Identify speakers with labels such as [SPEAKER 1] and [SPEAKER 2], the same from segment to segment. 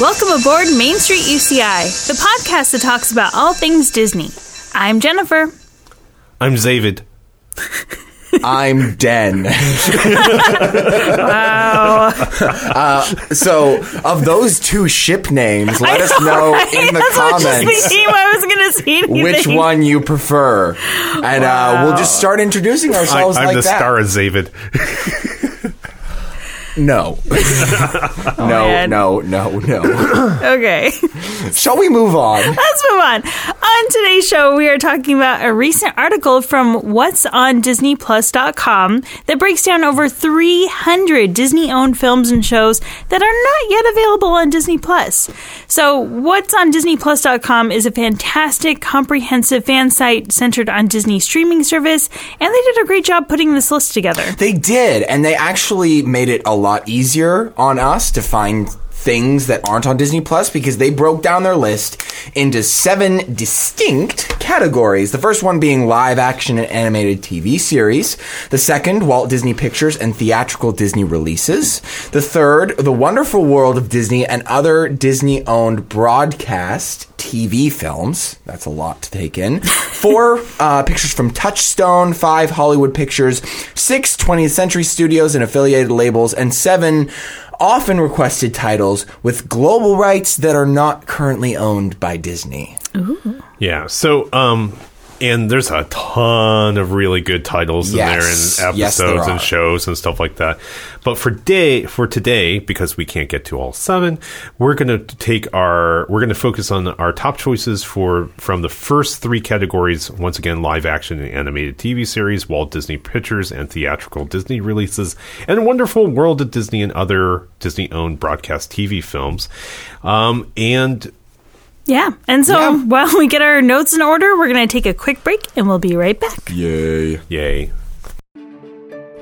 [SPEAKER 1] Welcome aboard Main Street UCI, the podcast that talks about all things Disney. I'm Jennifer.
[SPEAKER 2] I'm Zavid.
[SPEAKER 3] I'm Den. wow. Uh, so, of those two ship names, let us know in the
[SPEAKER 1] That's what I was just
[SPEAKER 3] comments
[SPEAKER 1] thinking. I was going to say anything.
[SPEAKER 3] which one you prefer. And uh, we'll just start introducing
[SPEAKER 2] I, am
[SPEAKER 3] ourselves like
[SPEAKER 2] the
[SPEAKER 3] that.
[SPEAKER 2] star of Zavid.
[SPEAKER 3] No. no,
[SPEAKER 1] Oh, man.
[SPEAKER 3] no, no, no.
[SPEAKER 1] Okay,
[SPEAKER 3] Shall we move on?
[SPEAKER 1] let's move on. On today's show, we are talking about a recent article from What's on DisneyPlus.com that breaks down over 300 Disney-owned films and shows that are not yet available on Disney Plus. So, What's on DisneyPlus.com is a fantastic, comprehensive fan site centered on Disney streaming service, and they did a great job putting this list together.
[SPEAKER 3] They did, and they actually made it a lot easier on us to find things that aren't on Disney Plus because they broke down their list into seven distinct categories. The first one being live action and animated TV series, the second Walt Disney Pictures and theatrical Disney releases, the third The Wonderful World of Disney and other Disney-owned broadcast TV films. That's a lot to take in. Four uh, pictures from Touchstone, five Hollywood pictures, six 20th Century Studios and affiliated labels, and seven often requested titles with global rights that are not currently owned by Disney.
[SPEAKER 2] Yeah. So, um, and there's a ton of really good titles in
[SPEAKER 3] Yes.
[SPEAKER 2] there and
[SPEAKER 3] Yes, there
[SPEAKER 2] episodes
[SPEAKER 3] are.
[SPEAKER 2] and shows and stuff like that. But for day for today, because we can't get to all seven, we're going to take our we're going to focus on our top choices for from the first three categories. Once again, live action and animated TV series, Walt Disney Pictures and theatrical Disney releases, and Wonderful World of Disney and other Disney owned broadcast TV films. Um, and
[SPEAKER 1] Yeah. And so
[SPEAKER 3] Yeah.
[SPEAKER 1] while we get our notes in order, we're going to take a quick break and we'll be right back.
[SPEAKER 3] Yay.
[SPEAKER 2] yay,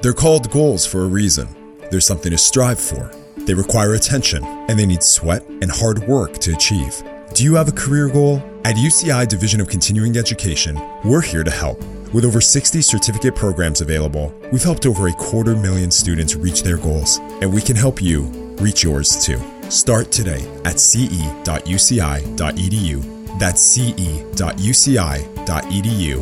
[SPEAKER 4] They're called goals for a reason. There's something to strive for. They require attention, and they need sweat and hard work to achieve. Do you have a career goal? At UCI Division of Continuing Education, we're here to help. With over 60 certificate programs available, we've helped over a quarter million students reach their goals, and we can help you reach yours too. Start today at E ce.uci.edu. E That's E ce.uci.edu.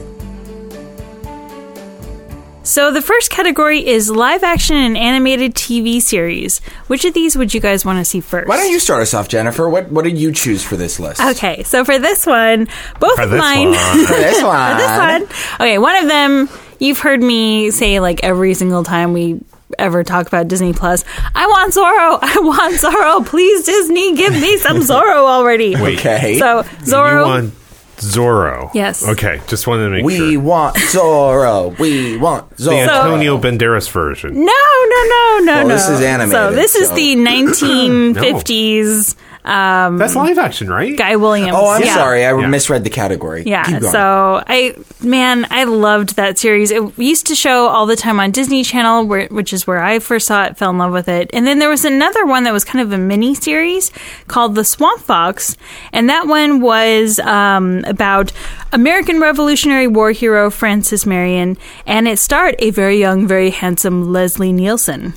[SPEAKER 1] So the first category is live action and animated TV series. Which of these would you guys want to see first?
[SPEAKER 3] Why don't you start us off, Jennifer? What what did you choose for this list?
[SPEAKER 1] Okay, so for this one, both
[SPEAKER 2] For
[SPEAKER 1] of
[SPEAKER 2] this
[SPEAKER 1] mine.
[SPEAKER 2] one.
[SPEAKER 3] For this
[SPEAKER 1] for
[SPEAKER 3] one.
[SPEAKER 1] this one. Okay, one of them you've heard me say like every single time we ever talk about Disney Plus. I want Zorro. I want Zorro. Please Disney, give me some Zorro already.
[SPEAKER 2] Wait.
[SPEAKER 3] Okay.
[SPEAKER 1] So Zorro.
[SPEAKER 2] You want Zorro?
[SPEAKER 1] Yes.
[SPEAKER 2] Okay. Just wanted to make
[SPEAKER 3] we
[SPEAKER 2] sure.
[SPEAKER 3] want Zorro. We want
[SPEAKER 2] The
[SPEAKER 3] Zorro.
[SPEAKER 2] Antonio Banderas version.
[SPEAKER 1] No, no, no, no,
[SPEAKER 3] Well,
[SPEAKER 1] no.
[SPEAKER 3] this is animated,
[SPEAKER 1] So this is
[SPEAKER 3] so-
[SPEAKER 1] the 1950s
[SPEAKER 2] That's live action, right?
[SPEAKER 1] Mm. Guy Williams.
[SPEAKER 3] Oh, I'm
[SPEAKER 1] Yeah.
[SPEAKER 3] sorry. I
[SPEAKER 2] Yeah.
[SPEAKER 3] misread the category.
[SPEAKER 1] Yeah,
[SPEAKER 3] Keep going.
[SPEAKER 1] so I man, I loved that series. It used to show all the time on Disney Channel, where, which is where I first saw it, fell in love with it. And then there was another one that was kind of a mini series called The Swamp Fox, and that one was um, about American Revolutionary War hero Francis Marion, and it starred a very young, very handsome Leslie Nielsen.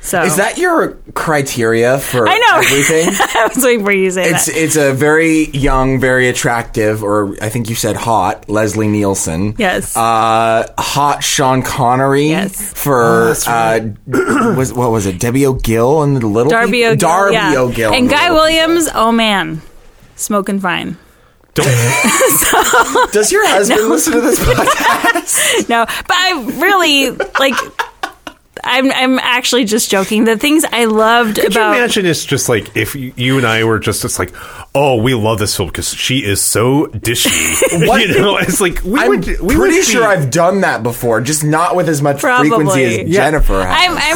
[SPEAKER 1] So
[SPEAKER 3] Is that your criteria for
[SPEAKER 1] I know.
[SPEAKER 3] everything?
[SPEAKER 1] I was waiting for you to say
[SPEAKER 3] It's
[SPEAKER 1] that.
[SPEAKER 3] it's a very young, very attractive, or I think you said hot Leslie Nielsen.
[SPEAKER 1] Yes.
[SPEAKER 3] Uh, hot Sean Connery.
[SPEAKER 1] Yes.
[SPEAKER 2] Oh,
[SPEAKER 3] For uh, was what was it? Debbie O'Gill and the Little
[SPEAKER 1] Darby
[SPEAKER 3] People?
[SPEAKER 1] O'Gill.
[SPEAKER 3] Darby
[SPEAKER 1] yeah.
[SPEAKER 3] O'Gill
[SPEAKER 1] And
[SPEAKER 3] the
[SPEAKER 1] Guy
[SPEAKER 3] Little
[SPEAKER 1] Williams, oh man, smoking fine.
[SPEAKER 2] Don't,
[SPEAKER 3] People. Does your husband listen to this podcast?
[SPEAKER 1] No, but I really like. I'm I'm actually just joking. The things I loved
[SPEAKER 2] could you
[SPEAKER 1] about
[SPEAKER 2] imagine it's just like if you, you and I were just it's like, oh, we love this film because she is so dishy.
[SPEAKER 3] What?
[SPEAKER 2] You know, it's like we
[SPEAKER 3] I'm
[SPEAKER 2] would. We would
[SPEAKER 3] pretty
[SPEAKER 2] be-
[SPEAKER 3] sure I've done that before, just not with as much
[SPEAKER 1] Probably.
[SPEAKER 3] frequency as
[SPEAKER 1] Yeah.
[SPEAKER 3] Jennifer has.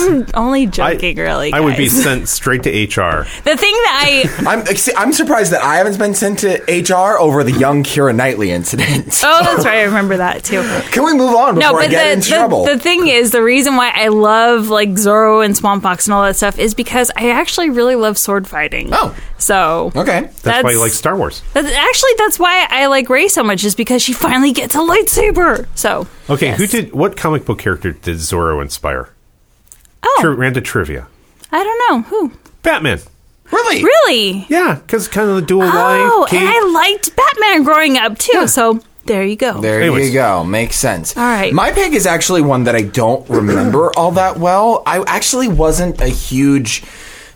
[SPEAKER 1] I'm I'm only
[SPEAKER 2] I-
[SPEAKER 1] joking. really,
[SPEAKER 2] I would be
[SPEAKER 1] guys.
[SPEAKER 2] sent straight to HR.
[SPEAKER 1] the thing that I.
[SPEAKER 3] I'm, I'm surprised that I haven't been sent to HR over the young Kira Knightley incident.
[SPEAKER 1] Oh, that's right. I remember that too.
[SPEAKER 3] Can we move on before I get
[SPEAKER 1] the,
[SPEAKER 3] into
[SPEAKER 1] the,
[SPEAKER 3] trouble?
[SPEAKER 1] the thing is, the reason why I love like Zorro and Swamp Fox and all that stuff is because I actually really love sword fighting.
[SPEAKER 3] Oh.
[SPEAKER 1] so
[SPEAKER 3] okay.
[SPEAKER 2] That's, why you
[SPEAKER 1] That's-
[SPEAKER 2] like Star Wars.
[SPEAKER 1] that's, actually that's why I like Ray so much is because she finally gets a lightsaber. So
[SPEAKER 2] Okay, who
[SPEAKER 1] yes.
[SPEAKER 2] did what comic book character did Zorro inspire?
[SPEAKER 1] Oh,
[SPEAKER 2] Tri- Randa trivia.
[SPEAKER 1] I don't know who.
[SPEAKER 2] Batman.
[SPEAKER 3] Really?
[SPEAKER 1] Really?
[SPEAKER 2] Yeah, because kind of the dual
[SPEAKER 1] Oh,
[SPEAKER 2] life. Kate-
[SPEAKER 1] and I liked Batman growing up too. So there you go.
[SPEAKER 3] There
[SPEAKER 2] Anyways.
[SPEAKER 3] you go. Makes sense.
[SPEAKER 1] All right.
[SPEAKER 3] My pick is actually one that I don't remember all that well. I actually wasn't a huge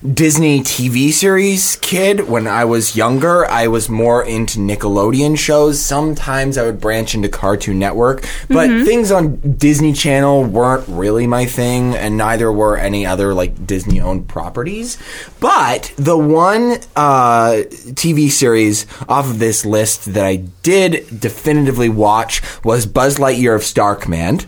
[SPEAKER 3] Disney TV series kid when I was younger. I was more into Nickelodeon shows. Sometimes I would branch into Cartoon Network, but
[SPEAKER 1] Mm-hmm.
[SPEAKER 3] things on Disney Channel weren't really my thing, and neither were any other like Disney owned properties. But the one uh, TV series off of this list that I did definitively watch was Buzz Lightyear of Star Command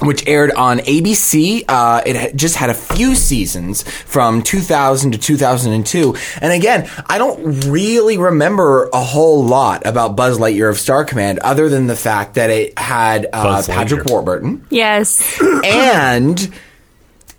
[SPEAKER 3] which aired on ABC. Uh, it had- just had a few seasons from 2000 to 2002. And again, I don't really remember a whole lot about Buzz Lightyear of Star Command other than the fact that it had uh,
[SPEAKER 2] Buzz
[SPEAKER 3] Patrick
[SPEAKER 2] Lightyear.
[SPEAKER 3] Warburton
[SPEAKER 1] Yes.
[SPEAKER 3] and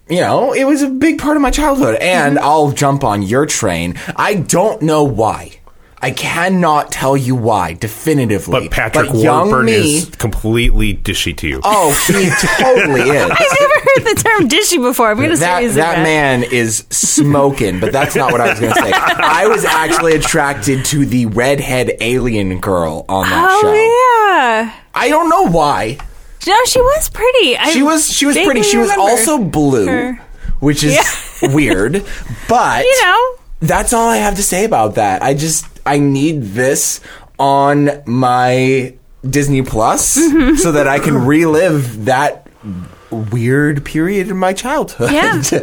[SPEAKER 3] you know it was a big part of my childhood and
[SPEAKER 2] Mm-hmm.
[SPEAKER 3] i'll jump on your train i don't know why i cannot tell you why definitively
[SPEAKER 2] but Patrick
[SPEAKER 3] young
[SPEAKER 2] Warburton
[SPEAKER 3] me-
[SPEAKER 2] is completely dishy to you.
[SPEAKER 3] oh he totally is
[SPEAKER 1] I've never heard the term dishy before. I'm going to
[SPEAKER 3] that,
[SPEAKER 1] say
[SPEAKER 3] that,
[SPEAKER 1] he's a bad-
[SPEAKER 3] man is smoking, but that's not what I was going to say. I was actually attracted to the redhead alien girl on that show.
[SPEAKER 1] Oh yeah.
[SPEAKER 3] I don't know why.
[SPEAKER 1] No, she was pretty. I
[SPEAKER 3] She was she was pretty.
[SPEAKER 1] vaguely
[SPEAKER 3] She was
[SPEAKER 1] remember
[SPEAKER 3] also blue,
[SPEAKER 1] her.
[SPEAKER 3] which is weird. But
[SPEAKER 1] You know.
[SPEAKER 3] that's all I have to say about that. I just I need this on my Disney Plus
[SPEAKER 1] Mm-hmm.
[SPEAKER 3] so that I can relive that weird period in my childhood.
[SPEAKER 1] Yeah.
[SPEAKER 2] Okay.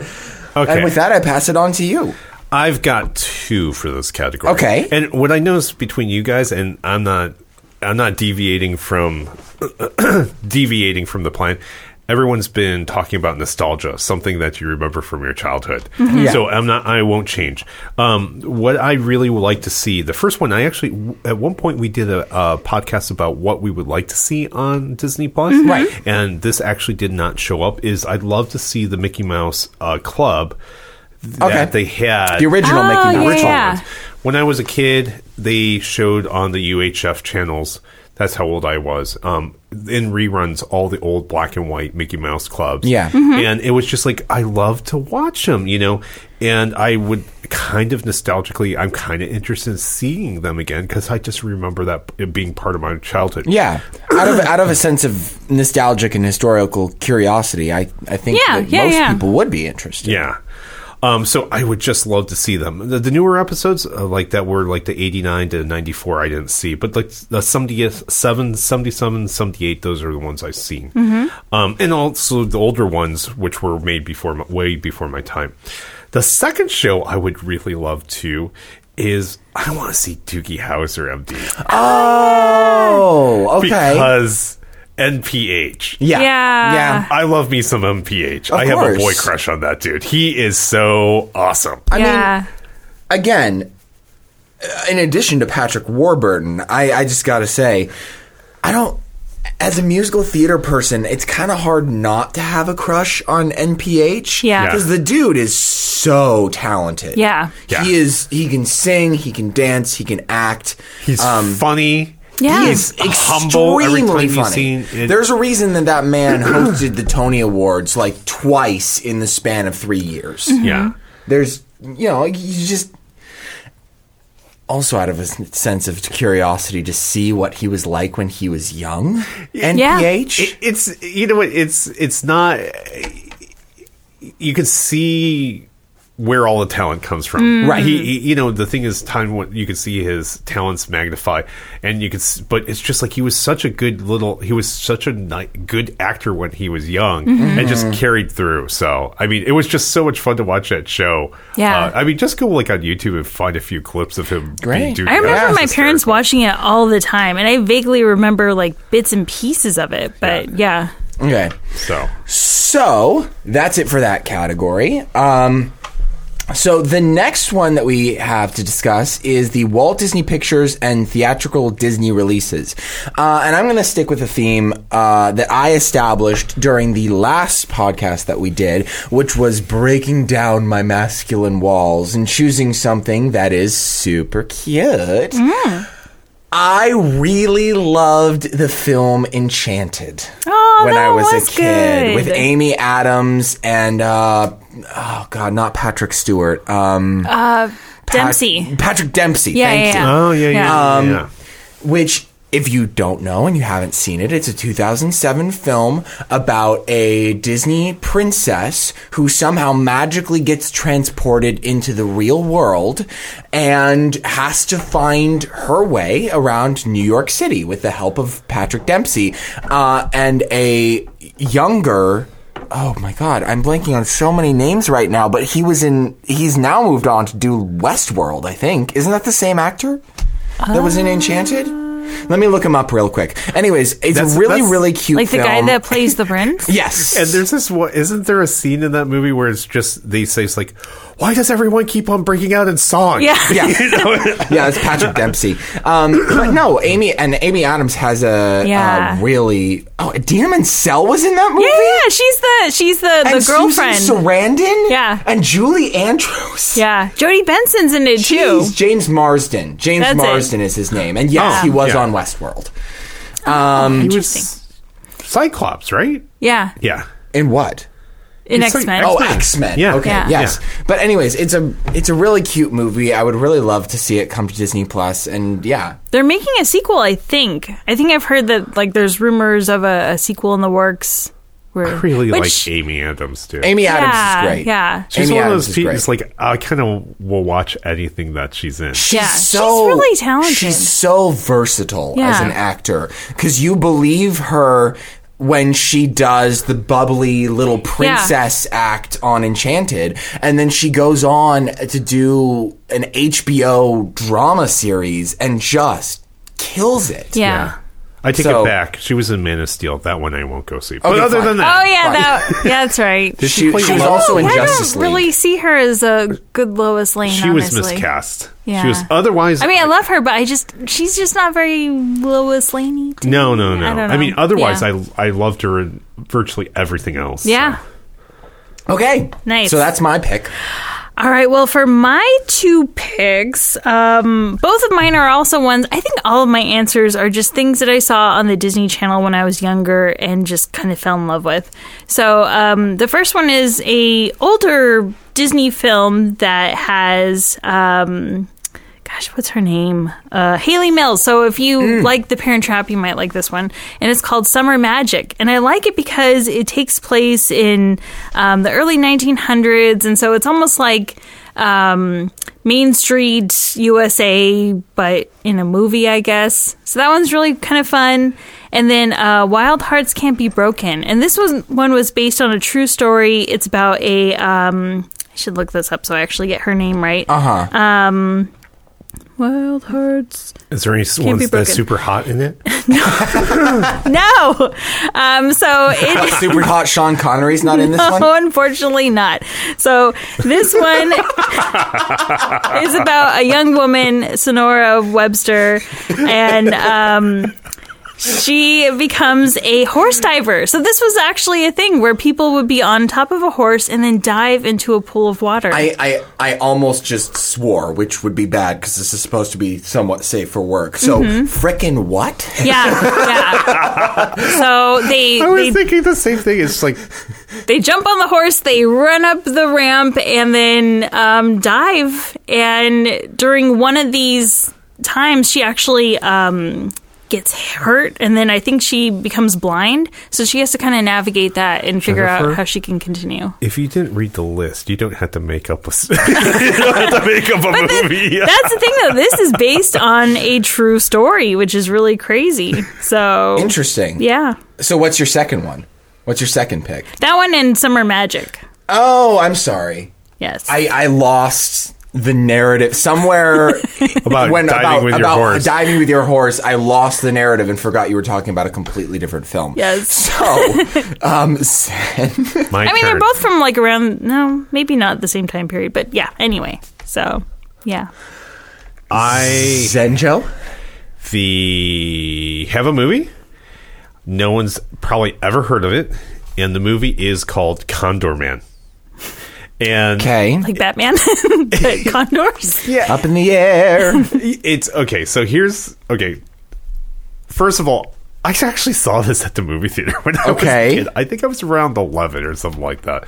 [SPEAKER 3] And with that, I pass it on to you.
[SPEAKER 2] I've got two for this category.
[SPEAKER 3] Okay.
[SPEAKER 2] And what I noticed between you guys and I'm not I'm not deviating from deviating from the plan. Everyone's been talking about nostalgia, something that you remember from your childhood.
[SPEAKER 3] Mm-hmm. Yeah.
[SPEAKER 2] So I'm not I won't change. Um, what I really would like to see, the first one I actually at one point we did a, a podcast about what we would like to see on Disney Plus.
[SPEAKER 3] Mm-hmm. Right.
[SPEAKER 2] And this actually did not show up is I'd love to see the Mickey Mouse uh, club that
[SPEAKER 3] Okay.
[SPEAKER 2] they had
[SPEAKER 3] The original
[SPEAKER 1] Oh,
[SPEAKER 3] Mickey Mouse.
[SPEAKER 1] yeah, yeah.
[SPEAKER 2] when I was a kid, they showed on the UHF channels. That's how old I was. Um, in reruns, all the old black and white Mickey Mouse clubs.
[SPEAKER 3] Yeah.
[SPEAKER 2] and it was just like I love to watch them, you know. And I would kind of nostalgically, I'm kind of interested in seeing them again because I just remember that it being part of my childhood.
[SPEAKER 3] Yeah, out of out of a sense of nostalgic and historical curiosity, I I think
[SPEAKER 1] Yeah,
[SPEAKER 3] that
[SPEAKER 1] yeah,
[SPEAKER 3] most
[SPEAKER 1] yeah.
[SPEAKER 3] people would be interested.
[SPEAKER 2] Yeah. Um, so I would just love to see them. The, the newer episodes, uh, like that, were like the 89 to 94, I didn't see. But like the 77, 77, 78, those are the ones I've seen.
[SPEAKER 3] Mm-hmm.
[SPEAKER 2] Um, and also the older ones, which were made before my, way before my time. The second show I would really love to is I want to see Doogie Howser MD.
[SPEAKER 3] Oh, okay.
[SPEAKER 2] Because NPH.
[SPEAKER 3] yeah,
[SPEAKER 1] Yeah.
[SPEAKER 3] yeah.
[SPEAKER 2] I love me some MPH. I have
[SPEAKER 3] course.
[SPEAKER 2] a boy crush on that dude. He is so awesome.
[SPEAKER 3] I mean,
[SPEAKER 1] yeah.
[SPEAKER 3] again, uh, in addition to Patrick Warburton, I, I just got to say, I don't. As a musical theater person, it's kind of hard not to have a crush on NPH.
[SPEAKER 1] Yeah. Yeah.
[SPEAKER 3] Because the dude is so talented.
[SPEAKER 1] Yeah.
[SPEAKER 2] Yeah.
[SPEAKER 3] He is. He can sing. He can dance. He can act.
[SPEAKER 2] He's funny.
[SPEAKER 1] Yeah.
[SPEAKER 3] He
[SPEAKER 1] He
[SPEAKER 3] is
[SPEAKER 1] is
[SPEAKER 2] humble every
[SPEAKER 3] Um, extremely
[SPEAKER 2] time you
[SPEAKER 3] funny.
[SPEAKER 2] see it.
[SPEAKER 3] There's a reason that that man hosted the Tony Awards like twice in the span of three years.
[SPEAKER 1] Mm-hmm.
[SPEAKER 2] Yeah.
[SPEAKER 3] There's, you know, you just also out of a s- sense of curiosity to see what he was like when he was young.
[SPEAKER 1] Yeah.
[SPEAKER 3] NPH.
[SPEAKER 2] It, it's you know what it's it's not you can see where all the talent comes from.
[SPEAKER 1] Mm.
[SPEAKER 3] Right.
[SPEAKER 2] He, he- you know the thing is time when you can see his talents magnify and you can s- but it's just like he was such a good little he was such a ni- good actor when he was young
[SPEAKER 1] Mm-hmm.
[SPEAKER 2] and just carried through. So, I mean, it was just so much fun to watch that show.
[SPEAKER 1] Yeah.
[SPEAKER 2] Uh, I mean, just go like on YouTube and find a few clips of him
[SPEAKER 3] Great.
[SPEAKER 2] doing
[SPEAKER 1] I remember
[SPEAKER 2] that.
[SPEAKER 1] my
[SPEAKER 2] It's
[SPEAKER 1] parents
[SPEAKER 2] hysterical.
[SPEAKER 1] watching it all the time, and I vaguely remember like bits and pieces of it. But yeah,
[SPEAKER 3] okay.
[SPEAKER 2] So,
[SPEAKER 3] So that's it for that category. Um, so the next one that we have to discuss is the Walt Disney Pictures and theatrical Disney releases, uh, and I'm going to stick with a theme uh, that I established during the last podcast that we did, which was breaking down my masculine walls and choosing something that is super cute. I really loved the film Enchanted
[SPEAKER 1] Oh,
[SPEAKER 3] when
[SPEAKER 1] that
[SPEAKER 3] I was,
[SPEAKER 1] was
[SPEAKER 3] a kid
[SPEAKER 1] good.
[SPEAKER 3] with Amy Adams and uh, oh god, not Patrick Stewart. Um, Pat-
[SPEAKER 1] Uh, Dempsey.
[SPEAKER 3] Patrick Dempsey.
[SPEAKER 1] Yeah,
[SPEAKER 3] thank
[SPEAKER 1] yeah,
[SPEAKER 3] you.
[SPEAKER 1] yeah.
[SPEAKER 2] Oh yeah, yeah. yeah,
[SPEAKER 3] Um,
[SPEAKER 2] yeah.
[SPEAKER 3] Which, if you don't know and you haven't seen it, it's a 2007 film about a Disney princess who somehow magically gets transported into the real world and has to find her way around New York City with the help of Patrick Dempsey uh, and a younger. Oh my God, I'm blanking on so many names right now, but he was in. He's now moved on to do Westworld, I think. Isn't that the same actor? that was in
[SPEAKER 1] Oh.
[SPEAKER 3] Enchanted. Let me look him up real quick. Anyways, it's
[SPEAKER 2] That's-
[SPEAKER 3] a really,
[SPEAKER 2] that's-
[SPEAKER 3] really cute
[SPEAKER 1] Like the
[SPEAKER 3] film.
[SPEAKER 1] guy that plays the prince?
[SPEAKER 3] Yes.
[SPEAKER 2] And there's this one. Isn't there a scene in that movie where it's just they say it's like, why does everyone keep on breaking out in song?
[SPEAKER 1] Yeah.
[SPEAKER 3] yeah.
[SPEAKER 2] You know?
[SPEAKER 3] yeah, it's Patrick Dempsey. Um, but no, Amy and Amy Adams has a,
[SPEAKER 1] Yeah.
[SPEAKER 3] a really. Oh, Dina Mansell was in that movie.
[SPEAKER 1] Yeah, yeah, she's the she's the the
[SPEAKER 3] And Susan
[SPEAKER 1] girlfriend.
[SPEAKER 3] Sarandon.
[SPEAKER 1] Yeah.
[SPEAKER 3] and Julie Andrews.
[SPEAKER 1] yeah, Jodie Benson's in it too.
[SPEAKER 3] Jeez, James Marsden. James
[SPEAKER 1] That's it.
[SPEAKER 3] Marsden is his name, and yes,
[SPEAKER 2] Oh,
[SPEAKER 3] he was
[SPEAKER 2] yeah.
[SPEAKER 3] on Westworld. Um,
[SPEAKER 2] he was
[SPEAKER 1] Interesting.
[SPEAKER 2] Cyclops, right?
[SPEAKER 1] Yeah,
[SPEAKER 2] Yeah.
[SPEAKER 3] In what?
[SPEAKER 1] in
[SPEAKER 2] It's
[SPEAKER 1] X
[SPEAKER 2] like-
[SPEAKER 1] Men.
[SPEAKER 2] oh,
[SPEAKER 3] Oh, X Men.
[SPEAKER 2] Yeah.
[SPEAKER 3] Okay.
[SPEAKER 1] Yeah.
[SPEAKER 3] Yes. But anyways, it's a it's a really cute movie. I would really love to see it come to Disney Plus, and yeah,
[SPEAKER 1] They're making a sequel, I think. I think I've heard that like there's rumors of a, a sequel in the works. Where,
[SPEAKER 2] I really
[SPEAKER 1] which-
[SPEAKER 2] like Amy Adams too.
[SPEAKER 3] Amy Adams
[SPEAKER 1] Yeah,
[SPEAKER 3] is great.
[SPEAKER 1] yeah.
[SPEAKER 2] She's
[SPEAKER 3] Amy
[SPEAKER 2] one
[SPEAKER 3] Adams
[SPEAKER 2] of
[SPEAKER 3] is
[SPEAKER 2] those people.
[SPEAKER 3] great.
[SPEAKER 2] It's like I kind of will watch anything that she's in.
[SPEAKER 3] She's
[SPEAKER 1] Yeah, she's
[SPEAKER 3] so
[SPEAKER 1] really talented.
[SPEAKER 3] She's so versatile as
[SPEAKER 1] Yeah.
[SPEAKER 3] an actor because you believe her when she does the bubbly little princess act on Enchanted, and then she goes on to do an HBO drama series and just kills it.
[SPEAKER 1] Yeah.
[SPEAKER 2] I take
[SPEAKER 3] So-
[SPEAKER 2] it back. She was in Man of Steel. That one I won't go see. But
[SPEAKER 3] Okay,
[SPEAKER 2] other
[SPEAKER 3] fine.
[SPEAKER 2] than
[SPEAKER 1] Oh
[SPEAKER 2] that,
[SPEAKER 1] yeah,
[SPEAKER 3] Right.
[SPEAKER 1] that yeah, that's right. "Oh,
[SPEAKER 2] she
[SPEAKER 3] She,
[SPEAKER 2] played
[SPEAKER 3] she was
[SPEAKER 2] Lois?
[SPEAKER 3] also in
[SPEAKER 1] I
[SPEAKER 3] Justice
[SPEAKER 1] don't
[SPEAKER 3] League.
[SPEAKER 1] really see her as a good Lois Lane.
[SPEAKER 2] she was
[SPEAKER 1] honestly.
[SPEAKER 2] miscast.
[SPEAKER 1] Yeah.
[SPEAKER 2] She was otherwise.
[SPEAKER 1] I mean, I love her, but I just she's just not very Lois Laney. to
[SPEAKER 2] No,
[SPEAKER 1] me.
[SPEAKER 2] no, no.
[SPEAKER 1] I, don't
[SPEAKER 2] I,
[SPEAKER 1] know.
[SPEAKER 2] mean, otherwise,
[SPEAKER 1] Yeah.
[SPEAKER 2] I I loved her in virtually everything else.
[SPEAKER 1] yeah.
[SPEAKER 3] Okay.
[SPEAKER 1] Nice.
[SPEAKER 3] So that's my pick.
[SPEAKER 1] All right. Well, for my two picks, um, both of mine are also ones. I think all of my answers are just things that I saw on the Disney Channel when I was younger and just kind of fell in love with. So um, the first one is a older Disney film that has. Um, Gosh, what's her name? Uh, Haley Mills. So, if you like The Parent Trap, you might like this one. And it's called Summer Magic. And I like it because it takes place in um, the early 1900s. And so it's almost like um, Main Street USA, but in a movie, I guess. So that one's really kind of fun. And then uh, Wild Hearts Can't Be Broken. And this was, one was based on a true story. It's about a. Um, I should look this up so I actually get her name right. Uh huh. Um, Wild Hearts.
[SPEAKER 2] Is there any
[SPEAKER 1] be
[SPEAKER 2] ones that's
[SPEAKER 1] broken.
[SPEAKER 2] super hot in it?
[SPEAKER 1] No. Um, so it.
[SPEAKER 3] Super hot Sean Connery's not in this
[SPEAKER 1] No,
[SPEAKER 3] one.
[SPEAKER 1] unfortunately not. So this one is about a young woman, Sonora Webster, and um, she becomes a horse diver. So this was actually a thing where people would be on top of a horse and then dive into a pool of water.
[SPEAKER 3] I, I, I almost just swore, which would be bad because this is supposed to be somewhat safe for work. So,
[SPEAKER 1] Mm-hmm.
[SPEAKER 3] frickin' what?
[SPEAKER 1] yeah, yeah. So they
[SPEAKER 2] I was
[SPEAKER 1] they
[SPEAKER 2] thinking the same thing. It's like
[SPEAKER 1] they jump on the horse, they run up the ramp, and then um, dive. And during one of these times, she actually um, gets hurt, and then I think she becomes blind. So she has to kind of navigate that and figure out
[SPEAKER 2] Jennifer?
[SPEAKER 1] how she can continue.
[SPEAKER 2] if you didn't read the list, you don't have to make up a. s- you don't have to make up a movie.
[SPEAKER 1] That's the thing, though. This is based on a true story, which is really crazy. So,
[SPEAKER 3] Interesting.
[SPEAKER 1] yeah.
[SPEAKER 3] So, what's your second one? What's your second pick?
[SPEAKER 1] That one and Summer Magic.
[SPEAKER 3] Oh, I'm sorry.
[SPEAKER 1] Yes.
[SPEAKER 3] I, I lost the narrative somewhere
[SPEAKER 2] About diving with your
[SPEAKER 3] about
[SPEAKER 2] horse.
[SPEAKER 3] diving with your horse. I lost the narrative and forgot you were talking about a completely different film.
[SPEAKER 1] yes.
[SPEAKER 3] So, um, Sen,
[SPEAKER 2] My
[SPEAKER 1] I mean, they're
[SPEAKER 2] turn.
[SPEAKER 1] both from like around, no, maybe not the same time period, but yeah, anyway. So, yeah.
[SPEAKER 2] I
[SPEAKER 3] Zenjo.
[SPEAKER 2] the have a movie. No one's probably ever heard of it, and the movie is called Condor Man. and
[SPEAKER 3] Okay.
[SPEAKER 1] like Batman, but condors.
[SPEAKER 3] Up in the air.
[SPEAKER 2] it's okay. So here's okay. First of all, I actually saw this at the movie theater when I
[SPEAKER 3] Okay.
[SPEAKER 2] was a kid. I think I was around eleven or something like that,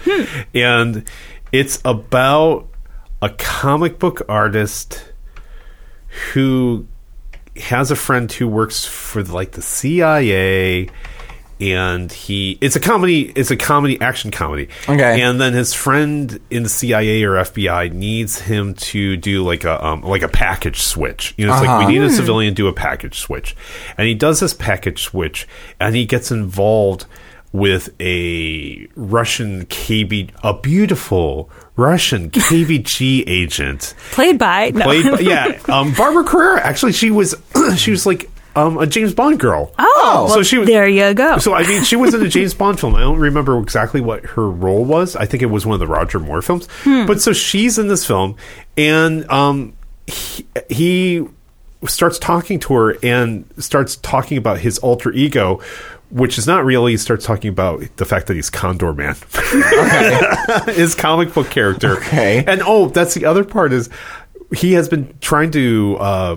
[SPEAKER 2] and it's about a comic book artist who has a friend who works for like the CIA and he it's a comedy it's a comedy action comedy
[SPEAKER 3] Okay.
[SPEAKER 2] and then his friend in the CIA or FBI needs him to do like a um, like a package switch you know it's like we need a civilian to do a package switch and he does this package switch and he gets involved with a Russian KB a beautiful Russian KVG agent
[SPEAKER 1] Played by no.
[SPEAKER 2] played by, yeah um, Barbara Carrera actually she was she was like um, a James Bond girl
[SPEAKER 1] Oh,
[SPEAKER 2] so she was
[SPEAKER 1] there you go.
[SPEAKER 2] so I mean she was in a James Bond film I don't remember exactly what her role was I think it was one of the Roger Moore films
[SPEAKER 1] Hmm.
[SPEAKER 2] but so she's in this film and um, he, he starts talking to her and starts talking about his alter ego which is not real. He starts talking about the fact that he's Condor Man, his comic book character.
[SPEAKER 3] Okay.
[SPEAKER 2] And oh, that's the other part is he has been trying to uh,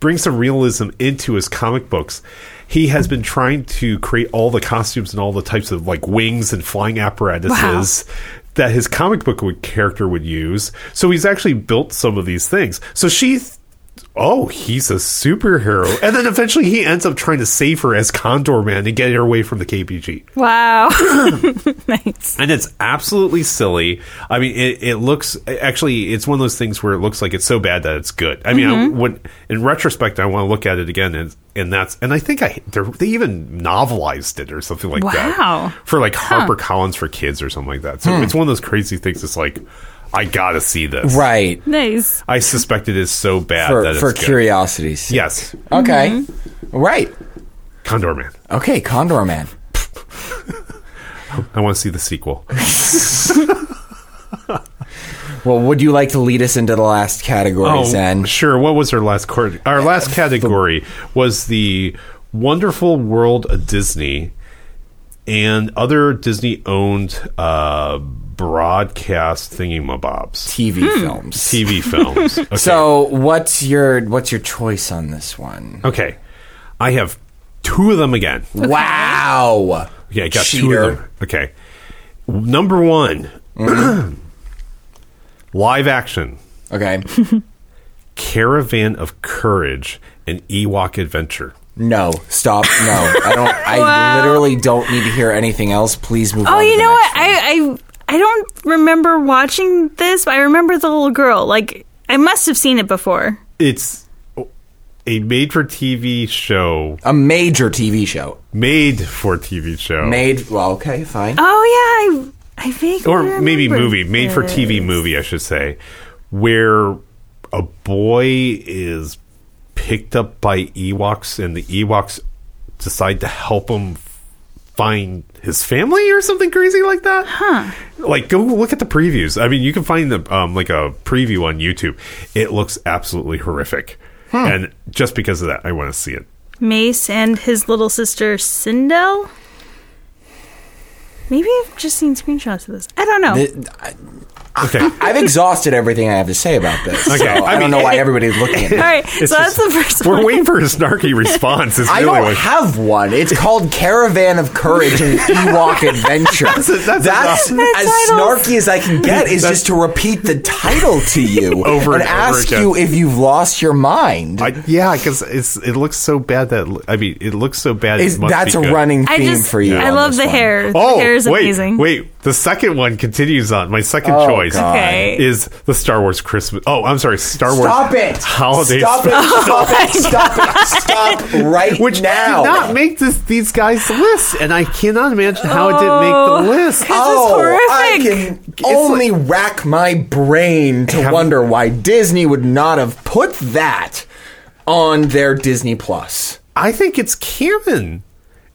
[SPEAKER 2] bring some realism into his comic books. He has been trying to create all the costumes and all the types of like wings and flying apparatuses that his comic book would, character would use. So he's actually built some of these things. So she. th- Oh, he's a superhero. And then eventually he ends up trying to save her as Condor Man to get her away from the KPG
[SPEAKER 1] wow, nice.
[SPEAKER 2] and it's absolutely silly. I mean, it, it looks actually it's one of those things where it looks like it's so bad that it's good. I mean, I, when in retrospect, I want to look at it again, and and that's and I think I they're- they even novelized it or something like
[SPEAKER 1] Wow.
[SPEAKER 2] that for like Harper Collins for kids or something like that. So it's one of those crazy things. It's like I gotta see this.
[SPEAKER 3] right.
[SPEAKER 1] Nice.
[SPEAKER 2] I suspect it is so bad
[SPEAKER 3] For,
[SPEAKER 2] that it's
[SPEAKER 3] for
[SPEAKER 2] good.
[SPEAKER 3] curiosity's.
[SPEAKER 2] Yes,
[SPEAKER 3] Okay.
[SPEAKER 1] Mm-hmm.
[SPEAKER 3] Right.
[SPEAKER 2] Condor Man.
[SPEAKER 3] Okay, Condor Man.
[SPEAKER 2] I want to see the sequel.
[SPEAKER 3] Well, would you like to lead us into the last category, Zen?
[SPEAKER 2] Oh, Sure. What was our last cor- Our last category was the Wonderful World of Disney and other Disney-owned uh, broadcast thingamabobs,
[SPEAKER 3] TV
[SPEAKER 1] Hmm.
[SPEAKER 3] films.
[SPEAKER 2] TV films. Okay.
[SPEAKER 3] So, what's your what's your choice on this one?
[SPEAKER 2] okay, I have two of them again.
[SPEAKER 3] Wow.
[SPEAKER 2] Yeah, I got
[SPEAKER 3] Cheater.
[SPEAKER 2] two of them. Okay, number one, live action.
[SPEAKER 3] Okay.
[SPEAKER 2] Caravan of Courage, an Ewok adventure.
[SPEAKER 3] No. Stop. No. I don't. I literally don't need to hear anything else. Please move.
[SPEAKER 1] Oh,
[SPEAKER 3] on to
[SPEAKER 1] you
[SPEAKER 3] the
[SPEAKER 1] know
[SPEAKER 3] next
[SPEAKER 1] what? I, I I don't remember watching this, but I remember the little girl. Like I must have seen it before.
[SPEAKER 2] it's a made for TV show,
[SPEAKER 3] one. A major TV show
[SPEAKER 2] made for TV show,
[SPEAKER 3] made. Well, okay, fine.
[SPEAKER 1] Oh yeah, I I vaguely
[SPEAKER 2] or maybe
[SPEAKER 1] remember
[SPEAKER 2] movie, made for
[SPEAKER 1] this.
[SPEAKER 2] TV movie, I should say, where a boy is picked up by Ewoks and the Ewoks decide to help him f- find his family or something crazy like that. Huh. Like go look at the previews. I mean, you can find the um, like a preview on YouTube. It looks absolutely horrific. And just because of that, I want to see it.
[SPEAKER 1] Mace and his little sister Sindel. Maybe I've just seen screenshots of this. I don't know.
[SPEAKER 3] Th-
[SPEAKER 2] Okay.
[SPEAKER 3] I've exhausted everything I have to say about this. So I,
[SPEAKER 2] I
[SPEAKER 3] don't
[SPEAKER 2] mean-
[SPEAKER 3] know why everybody's looking at me.
[SPEAKER 1] All right, so
[SPEAKER 2] It's
[SPEAKER 1] that's the
[SPEAKER 2] just-
[SPEAKER 1] first
[SPEAKER 2] We're
[SPEAKER 1] one.
[SPEAKER 2] waiting for a snarky response. Is
[SPEAKER 3] I
[SPEAKER 2] really
[SPEAKER 3] don't
[SPEAKER 2] what,
[SPEAKER 3] have one. It's called Caravan of Courage and Ewok Adventure. that's
[SPEAKER 2] that's enough.
[SPEAKER 3] as
[SPEAKER 1] titles.
[SPEAKER 3] snarky as I can get. Is
[SPEAKER 2] That's-
[SPEAKER 3] just to repeat the title to you
[SPEAKER 2] Over
[SPEAKER 3] and
[SPEAKER 2] and over
[SPEAKER 3] ask
[SPEAKER 2] again.
[SPEAKER 3] you if you've lost your mind.
[SPEAKER 2] I, yeah, because it's it looks so bad that I mean it looks so bad.
[SPEAKER 3] Is
[SPEAKER 2] it must
[SPEAKER 3] that's
[SPEAKER 2] be
[SPEAKER 3] a
[SPEAKER 2] good.
[SPEAKER 3] running
[SPEAKER 1] I
[SPEAKER 3] theme
[SPEAKER 1] just
[SPEAKER 3] for you?
[SPEAKER 1] I
[SPEAKER 3] on
[SPEAKER 1] love
[SPEAKER 3] this
[SPEAKER 1] the
[SPEAKER 3] one.
[SPEAKER 1] hair.
[SPEAKER 2] Oh,
[SPEAKER 1] the hair is
[SPEAKER 2] wait,
[SPEAKER 1] amazing.
[SPEAKER 2] wait. The second one continues on. My second choice
[SPEAKER 3] God.
[SPEAKER 1] Okay.
[SPEAKER 2] is the Star Wars Christmas. Oh, I'm sorry, Star Wars.
[SPEAKER 3] Stop it!
[SPEAKER 2] Holiday
[SPEAKER 3] Stop
[SPEAKER 2] special,
[SPEAKER 3] it!
[SPEAKER 1] Oh
[SPEAKER 3] Stop it! Stop it! Stop right
[SPEAKER 2] Which
[SPEAKER 3] now!
[SPEAKER 2] did not make this, these guys list, and I cannot imagine how it didn't make the list.
[SPEAKER 3] oh, I
[SPEAKER 1] horrific.
[SPEAKER 3] can only rack my brain to
[SPEAKER 2] Have-
[SPEAKER 3] wonder why Disney would not have put that on their Disney Plus.
[SPEAKER 2] I think it's canon.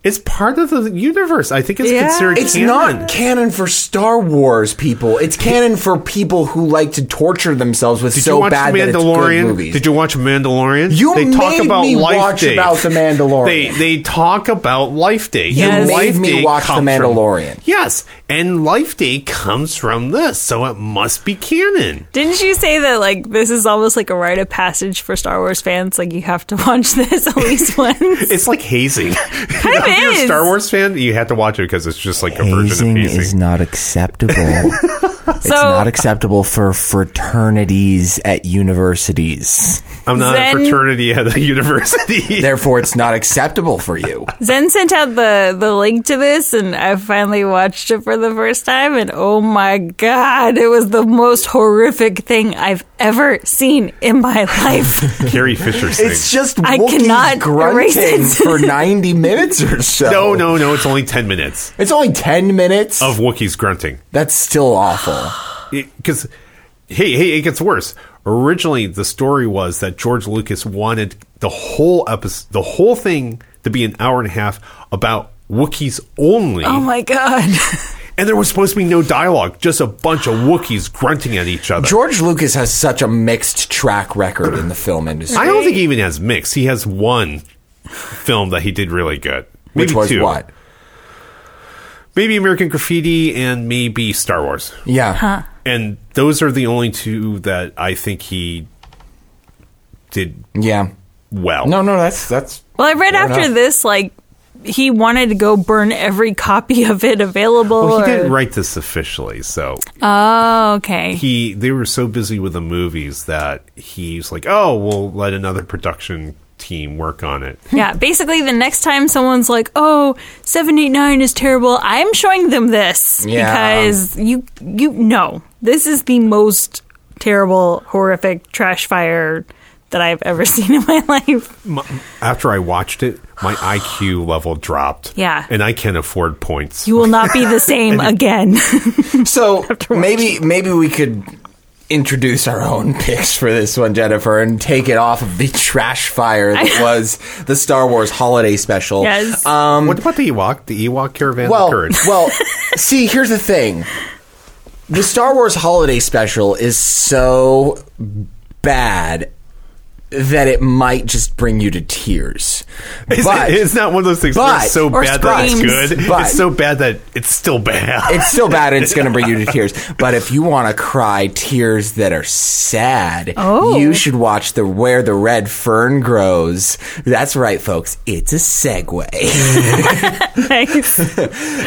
[SPEAKER 2] It's part of the universe. I think it's
[SPEAKER 1] Yeah.
[SPEAKER 2] considered.
[SPEAKER 3] It's
[SPEAKER 2] canon.
[SPEAKER 3] not canon for Star Wars people. It's canon for people who like to torture themselves with
[SPEAKER 2] Did
[SPEAKER 3] so
[SPEAKER 2] you watch
[SPEAKER 3] bad that it's good
[SPEAKER 2] Mandalorian?
[SPEAKER 3] movies.
[SPEAKER 2] Did you watch Mandalorian?
[SPEAKER 3] You made me watch about the Mandalorian.
[SPEAKER 2] They they talk about Life Day.
[SPEAKER 1] You
[SPEAKER 2] And
[SPEAKER 1] made
[SPEAKER 2] Life
[SPEAKER 3] me
[SPEAKER 2] Day
[SPEAKER 3] watch The
[SPEAKER 2] comes from-
[SPEAKER 3] Mandalorian.
[SPEAKER 2] yes, and Life Day comes from this, so it must be canon.
[SPEAKER 1] Didn't you say that like this is almost like a rite of passage for Star Wars fans? Like you have to watch this at least once.
[SPEAKER 2] It's like hazing. if you're a
[SPEAKER 1] is.
[SPEAKER 2] Star Wars fan, you have to watch it because it's just like a version
[SPEAKER 5] Hazing
[SPEAKER 2] of hazing.
[SPEAKER 5] is not acceptable. it's
[SPEAKER 1] so
[SPEAKER 5] not acceptable for fraternities at universities.
[SPEAKER 2] I'm not
[SPEAKER 1] Zen-
[SPEAKER 2] a fraternity at a university.
[SPEAKER 3] Therefore, it's not acceptable for you.
[SPEAKER 1] Zen sent out the the link to this, and I finally watched it for the first time, and oh my god, it was the most horrific thing I've ever seen in my life.
[SPEAKER 2] Carrie Fisher
[SPEAKER 3] It's
[SPEAKER 2] sings.
[SPEAKER 3] just
[SPEAKER 1] I
[SPEAKER 3] Wookiees
[SPEAKER 1] cannot erase
[SPEAKER 3] grunting
[SPEAKER 1] it.
[SPEAKER 3] for 90 minutes or so.
[SPEAKER 2] No, Oh. no, no. It's only ten minutes
[SPEAKER 3] It's only 10 minutes.
[SPEAKER 2] of Wookiees grunting.
[SPEAKER 3] That's still awful.
[SPEAKER 2] because hey hey it gets worse originally the story was that george lucas wanted the whole episode the whole thing to be an hour and a half about Wookiees only,
[SPEAKER 1] oh my god,
[SPEAKER 2] and there was supposed to be no dialogue, just a bunch of Wookiees grunting at each other.
[SPEAKER 3] George Lucas has such a mixed track record in the film industry.
[SPEAKER 2] I don't think he even has mix. He has one film that he did really good, maybe
[SPEAKER 3] which was
[SPEAKER 2] two.
[SPEAKER 3] what?
[SPEAKER 2] Maybe American Graffiti and maybe Star Wars.
[SPEAKER 3] Yeah.
[SPEAKER 2] And those are the only two that I think he did
[SPEAKER 3] Yeah.
[SPEAKER 2] well.
[SPEAKER 3] No, no, that's that's
[SPEAKER 1] Well, I read after
[SPEAKER 3] enough.
[SPEAKER 1] this, like, he wanted to go burn every copy of it available.
[SPEAKER 2] Well, he
[SPEAKER 1] or-
[SPEAKER 2] didn't write this officially, so
[SPEAKER 1] Oh, okay.
[SPEAKER 2] he they were so busy with the movies that he's like, "Oh, we'll let another production team work on it."
[SPEAKER 1] yeah, basically, the next time someone's like, oh, 789 is terrible, I'm showing them this.
[SPEAKER 3] Yeah.
[SPEAKER 1] Because you, you know, this is the most terrible, horrific trash fire that I've ever seen in my life.
[SPEAKER 2] My, after I watched it, my IQ level dropped.
[SPEAKER 1] Yeah.
[SPEAKER 2] and I can't afford points.
[SPEAKER 1] You will not be the same again.
[SPEAKER 3] So maybe maybe we could introduce our own picks for this one, Jennifer, and take it off of the trash fire that was the Star Wars holiday special.
[SPEAKER 1] Yes.
[SPEAKER 3] Um,
[SPEAKER 2] what about the Ewok? The Ewok Caravan
[SPEAKER 3] well,
[SPEAKER 2] of Courage.
[SPEAKER 3] well. See, here's the thing: the Star Wars holiday special is so bad that it might just bring you to tears.
[SPEAKER 2] It's,
[SPEAKER 3] but
[SPEAKER 2] it's not one of those things
[SPEAKER 3] but-
[SPEAKER 2] where it's so
[SPEAKER 1] or
[SPEAKER 2] bad that it's
[SPEAKER 1] screams.
[SPEAKER 2] good.
[SPEAKER 3] But-
[SPEAKER 2] it's so bad that it's still bad.
[SPEAKER 3] It's so bad it's going to bring you to tears. But if you want to cry tears that are sad,
[SPEAKER 1] Oh.
[SPEAKER 3] you should watch the Where the Red Fern Grows. That's right, folks. It's a segue.
[SPEAKER 1] nice.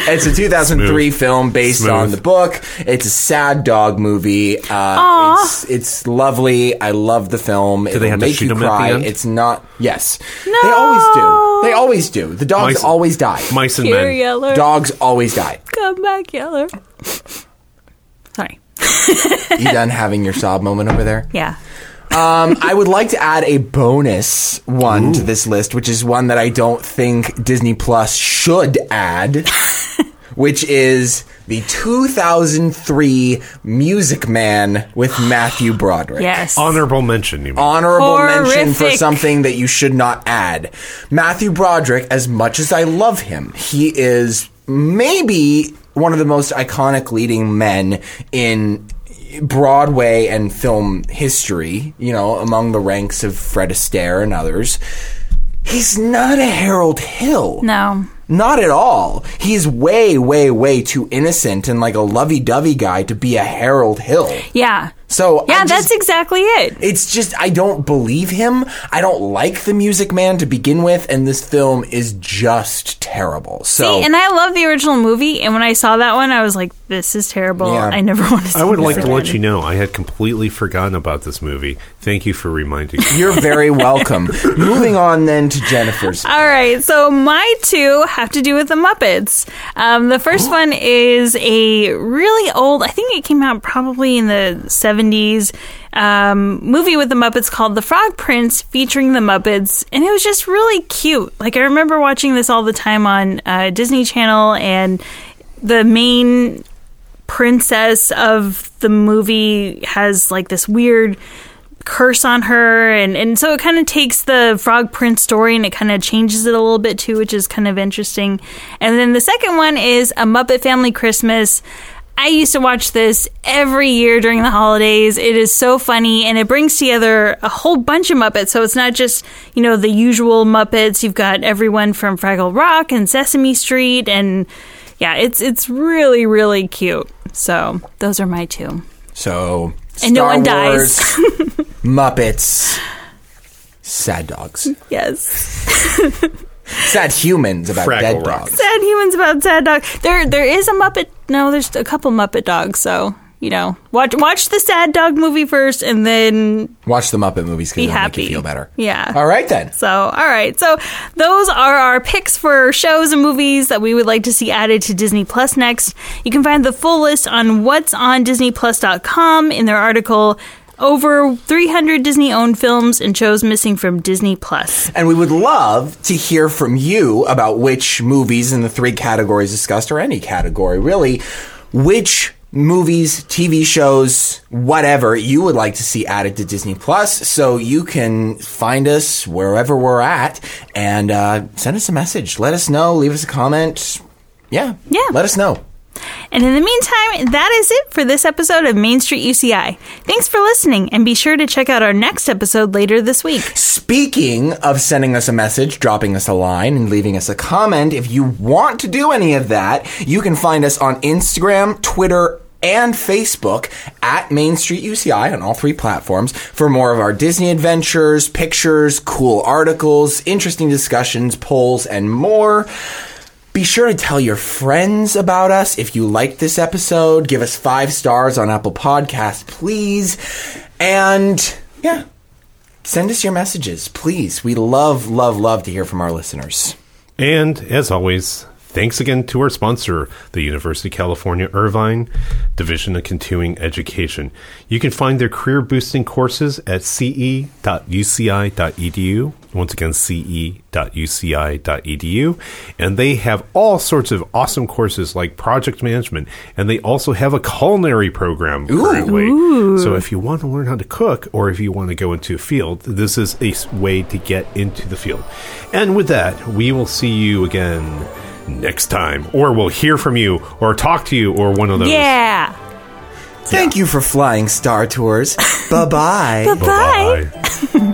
[SPEAKER 3] it's a 2003 film based
[SPEAKER 2] Smooth.
[SPEAKER 3] on the book. It's a sad dog movie. Uh,
[SPEAKER 1] Aw.
[SPEAKER 3] it's, it's lovely. I love the film. It'll
[SPEAKER 2] they have to
[SPEAKER 3] make
[SPEAKER 2] shoot
[SPEAKER 3] you
[SPEAKER 2] him at the
[SPEAKER 3] cry.
[SPEAKER 2] end?
[SPEAKER 3] It's not. Yes, they always do. They always do. The dogs
[SPEAKER 2] Mice-
[SPEAKER 3] always die.
[SPEAKER 2] Mice and
[SPEAKER 1] Here,
[SPEAKER 2] Men.
[SPEAKER 1] Yeller.
[SPEAKER 3] Dogs always die.
[SPEAKER 1] Come back, Yeller. Sorry.
[SPEAKER 3] You done having your sob moment over there?
[SPEAKER 1] Yeah.
[SPEAKER 3] Um, I would like to add a bonus one to this list, which is one that I don't think Disney Plus should add, which is the 2003 Music Man with Matthew Broderick.
[SPEAKER 1] Yes.
[SPEAKER 2] Honorable mention. You mean.
[SPEAKER 3] Honorable mention for
[SPEAKER 1] Horrific.
[SPEAKER 3] something that you should not add. Matthew Broderick, as much as I love him, he is maybe one of the most iconic leading men in Broadway and film history, you know, among the ranks of Fred Astaire and others. He's not a Harold Hill.
[SPEAKER 1] no.
[SPEAKER 3] Not at all. He's way, way, way too innocent and like a lovey dovey guy to be a Harold Hill.
[SPEAKER 1] Yeah.
[SPEAKER 3] So I
[SPEAKER 1] yeah,
[SPEAKER 3] just-
[SPEAKER 1] that's exactly it.
[SPEAKER 3] it's just I don't believe him. I don't like the Music Man to begin with, and this film is just terrible. So
[SPEAKER 1] See, and I love the original movie, and when I saw that one, I was like, "This is terrible.
[SPEAKER 3] Yeah.
[SPEAKER 1] I never want to." See
[SPEAKER 2] I would like
[SPEAKER 1] this
[SPEAKER 2] to let
[SPEAKER 1] again."
[SPEAKER 2] you know I had completely forgotten about this movie. Thank you for reminding me.
[SPEAKER 3] you're very welcome. Moving on then to Jennifer's.
[SPEAKER 1] All right, so my two have to do with the Muppets. Um, the first one is a really old, I think it came out probably in the 70s, um, movie with the Muppets called The Frog Prince featuring the Muppets, and it was just really cute. Like, I remember watching this all the time on uh, Disney Channel, and the main princess of the movie has like this weird curse on her and, and so it kind of takes the frog prince story and it kind of changes it a little bit too which is kind of interesting and then the second one is a muppet family christmas i used to watch this every year during the holidays it is so funny and it brings together a whole bunch of muppets so it's not just you know the usual muppets you've got everyone from fraggle rock and sesame street and yeah it's it's really really cute so those are my two
[SPEAKER 3] So, Star
[SPEAKER 1] And no one
[SPEAKER 3] Wars,
[SPEAKER 1] dies.
[SPEAKER 3] Muppets, sad dogs,
[SPEAKER 1] yes
[SPEAKER 3] sad humans about
[SPEAKER 2] Fraggle
[SPEAKER 3] dead
[SPEAKER 2] Rock.
[SPEAKER 3] dogs.
[SPEAKER 1] sad humans about sad dog. There, there is a Muppet. No, there's a couple Muppet dogs. So you know, watch watch the sad dog movie first, and then
[SPEAKER 3] Watch the Muppet movies
[SPEAKER 1] be
[SPEAKER 3] because it'll
[SPEAKER 1] happy.
[SPEAKER 3] make you feel better.
[SPEAKER 1] Yeah.
[SPEAKER 3] All right then.
[SPEAKER 1] So, all right. So, those are our picks for shows and movies that we would like to see added to Disney Plus next. You can find the full list on what's on disneyplus.com in their article over 300 Disney-owned films and shows missing from Disney Plus.
[SPEAKER 3] And we would love to hear from you about which movies in the three categories discussed, or any category really, which movies, TV shows, whatever you would like to see added to Disney Plus. So you can find us wherever we're at and uh, send us a message. Let us know. Leave us a comment. Yeah.
[SPEAKER 1] Yeah.
[SPEAKER 3] Let us know.
[SPEAKER 1] And in the meantime, that is it for this episode of Main Street UCI. Thanks for listening, and be sure to check out our next episode later this week.
[SPEAKER 3] Speaking of sending us a message, dropping us a line, and leaving us a comment, if you want to do any of that, you can find us on Instagram, Twitter, and Facebook at Main Street UCI on all three platforms for more of our Disney adventures, pictures, cool articles, interesting discussions, polls, and more. Be sure to tell your friends about us if you liked this episode. Give us five stars on Apple Podcasts, please. And yeah, send us your messages, please. We love, love, love to hear from our listeners.
[SPEAKER 2] And as always, thanks again to our sponsor, the University of California Irvine Division of Continuing Education. You can find their career boosting courses at ce.uci.edu. e Once again, ce.uci.edu. e And they have all sorts of awesome courses like project management, and they also have a culinary program currently. So if you want to learn how to cook or if you want to go into a field, this is a s- way to get into the field. And with that, we will see you again next time, or we'll hear from you, or talk to you, or one of those.
[SPEAKER 1] Yeah.
[SPEAKER 3] Thank you for flying Star Tours. Bye bye.
[SPEAKER 1] Bye.
[SPEAKER 2] Bye-bye.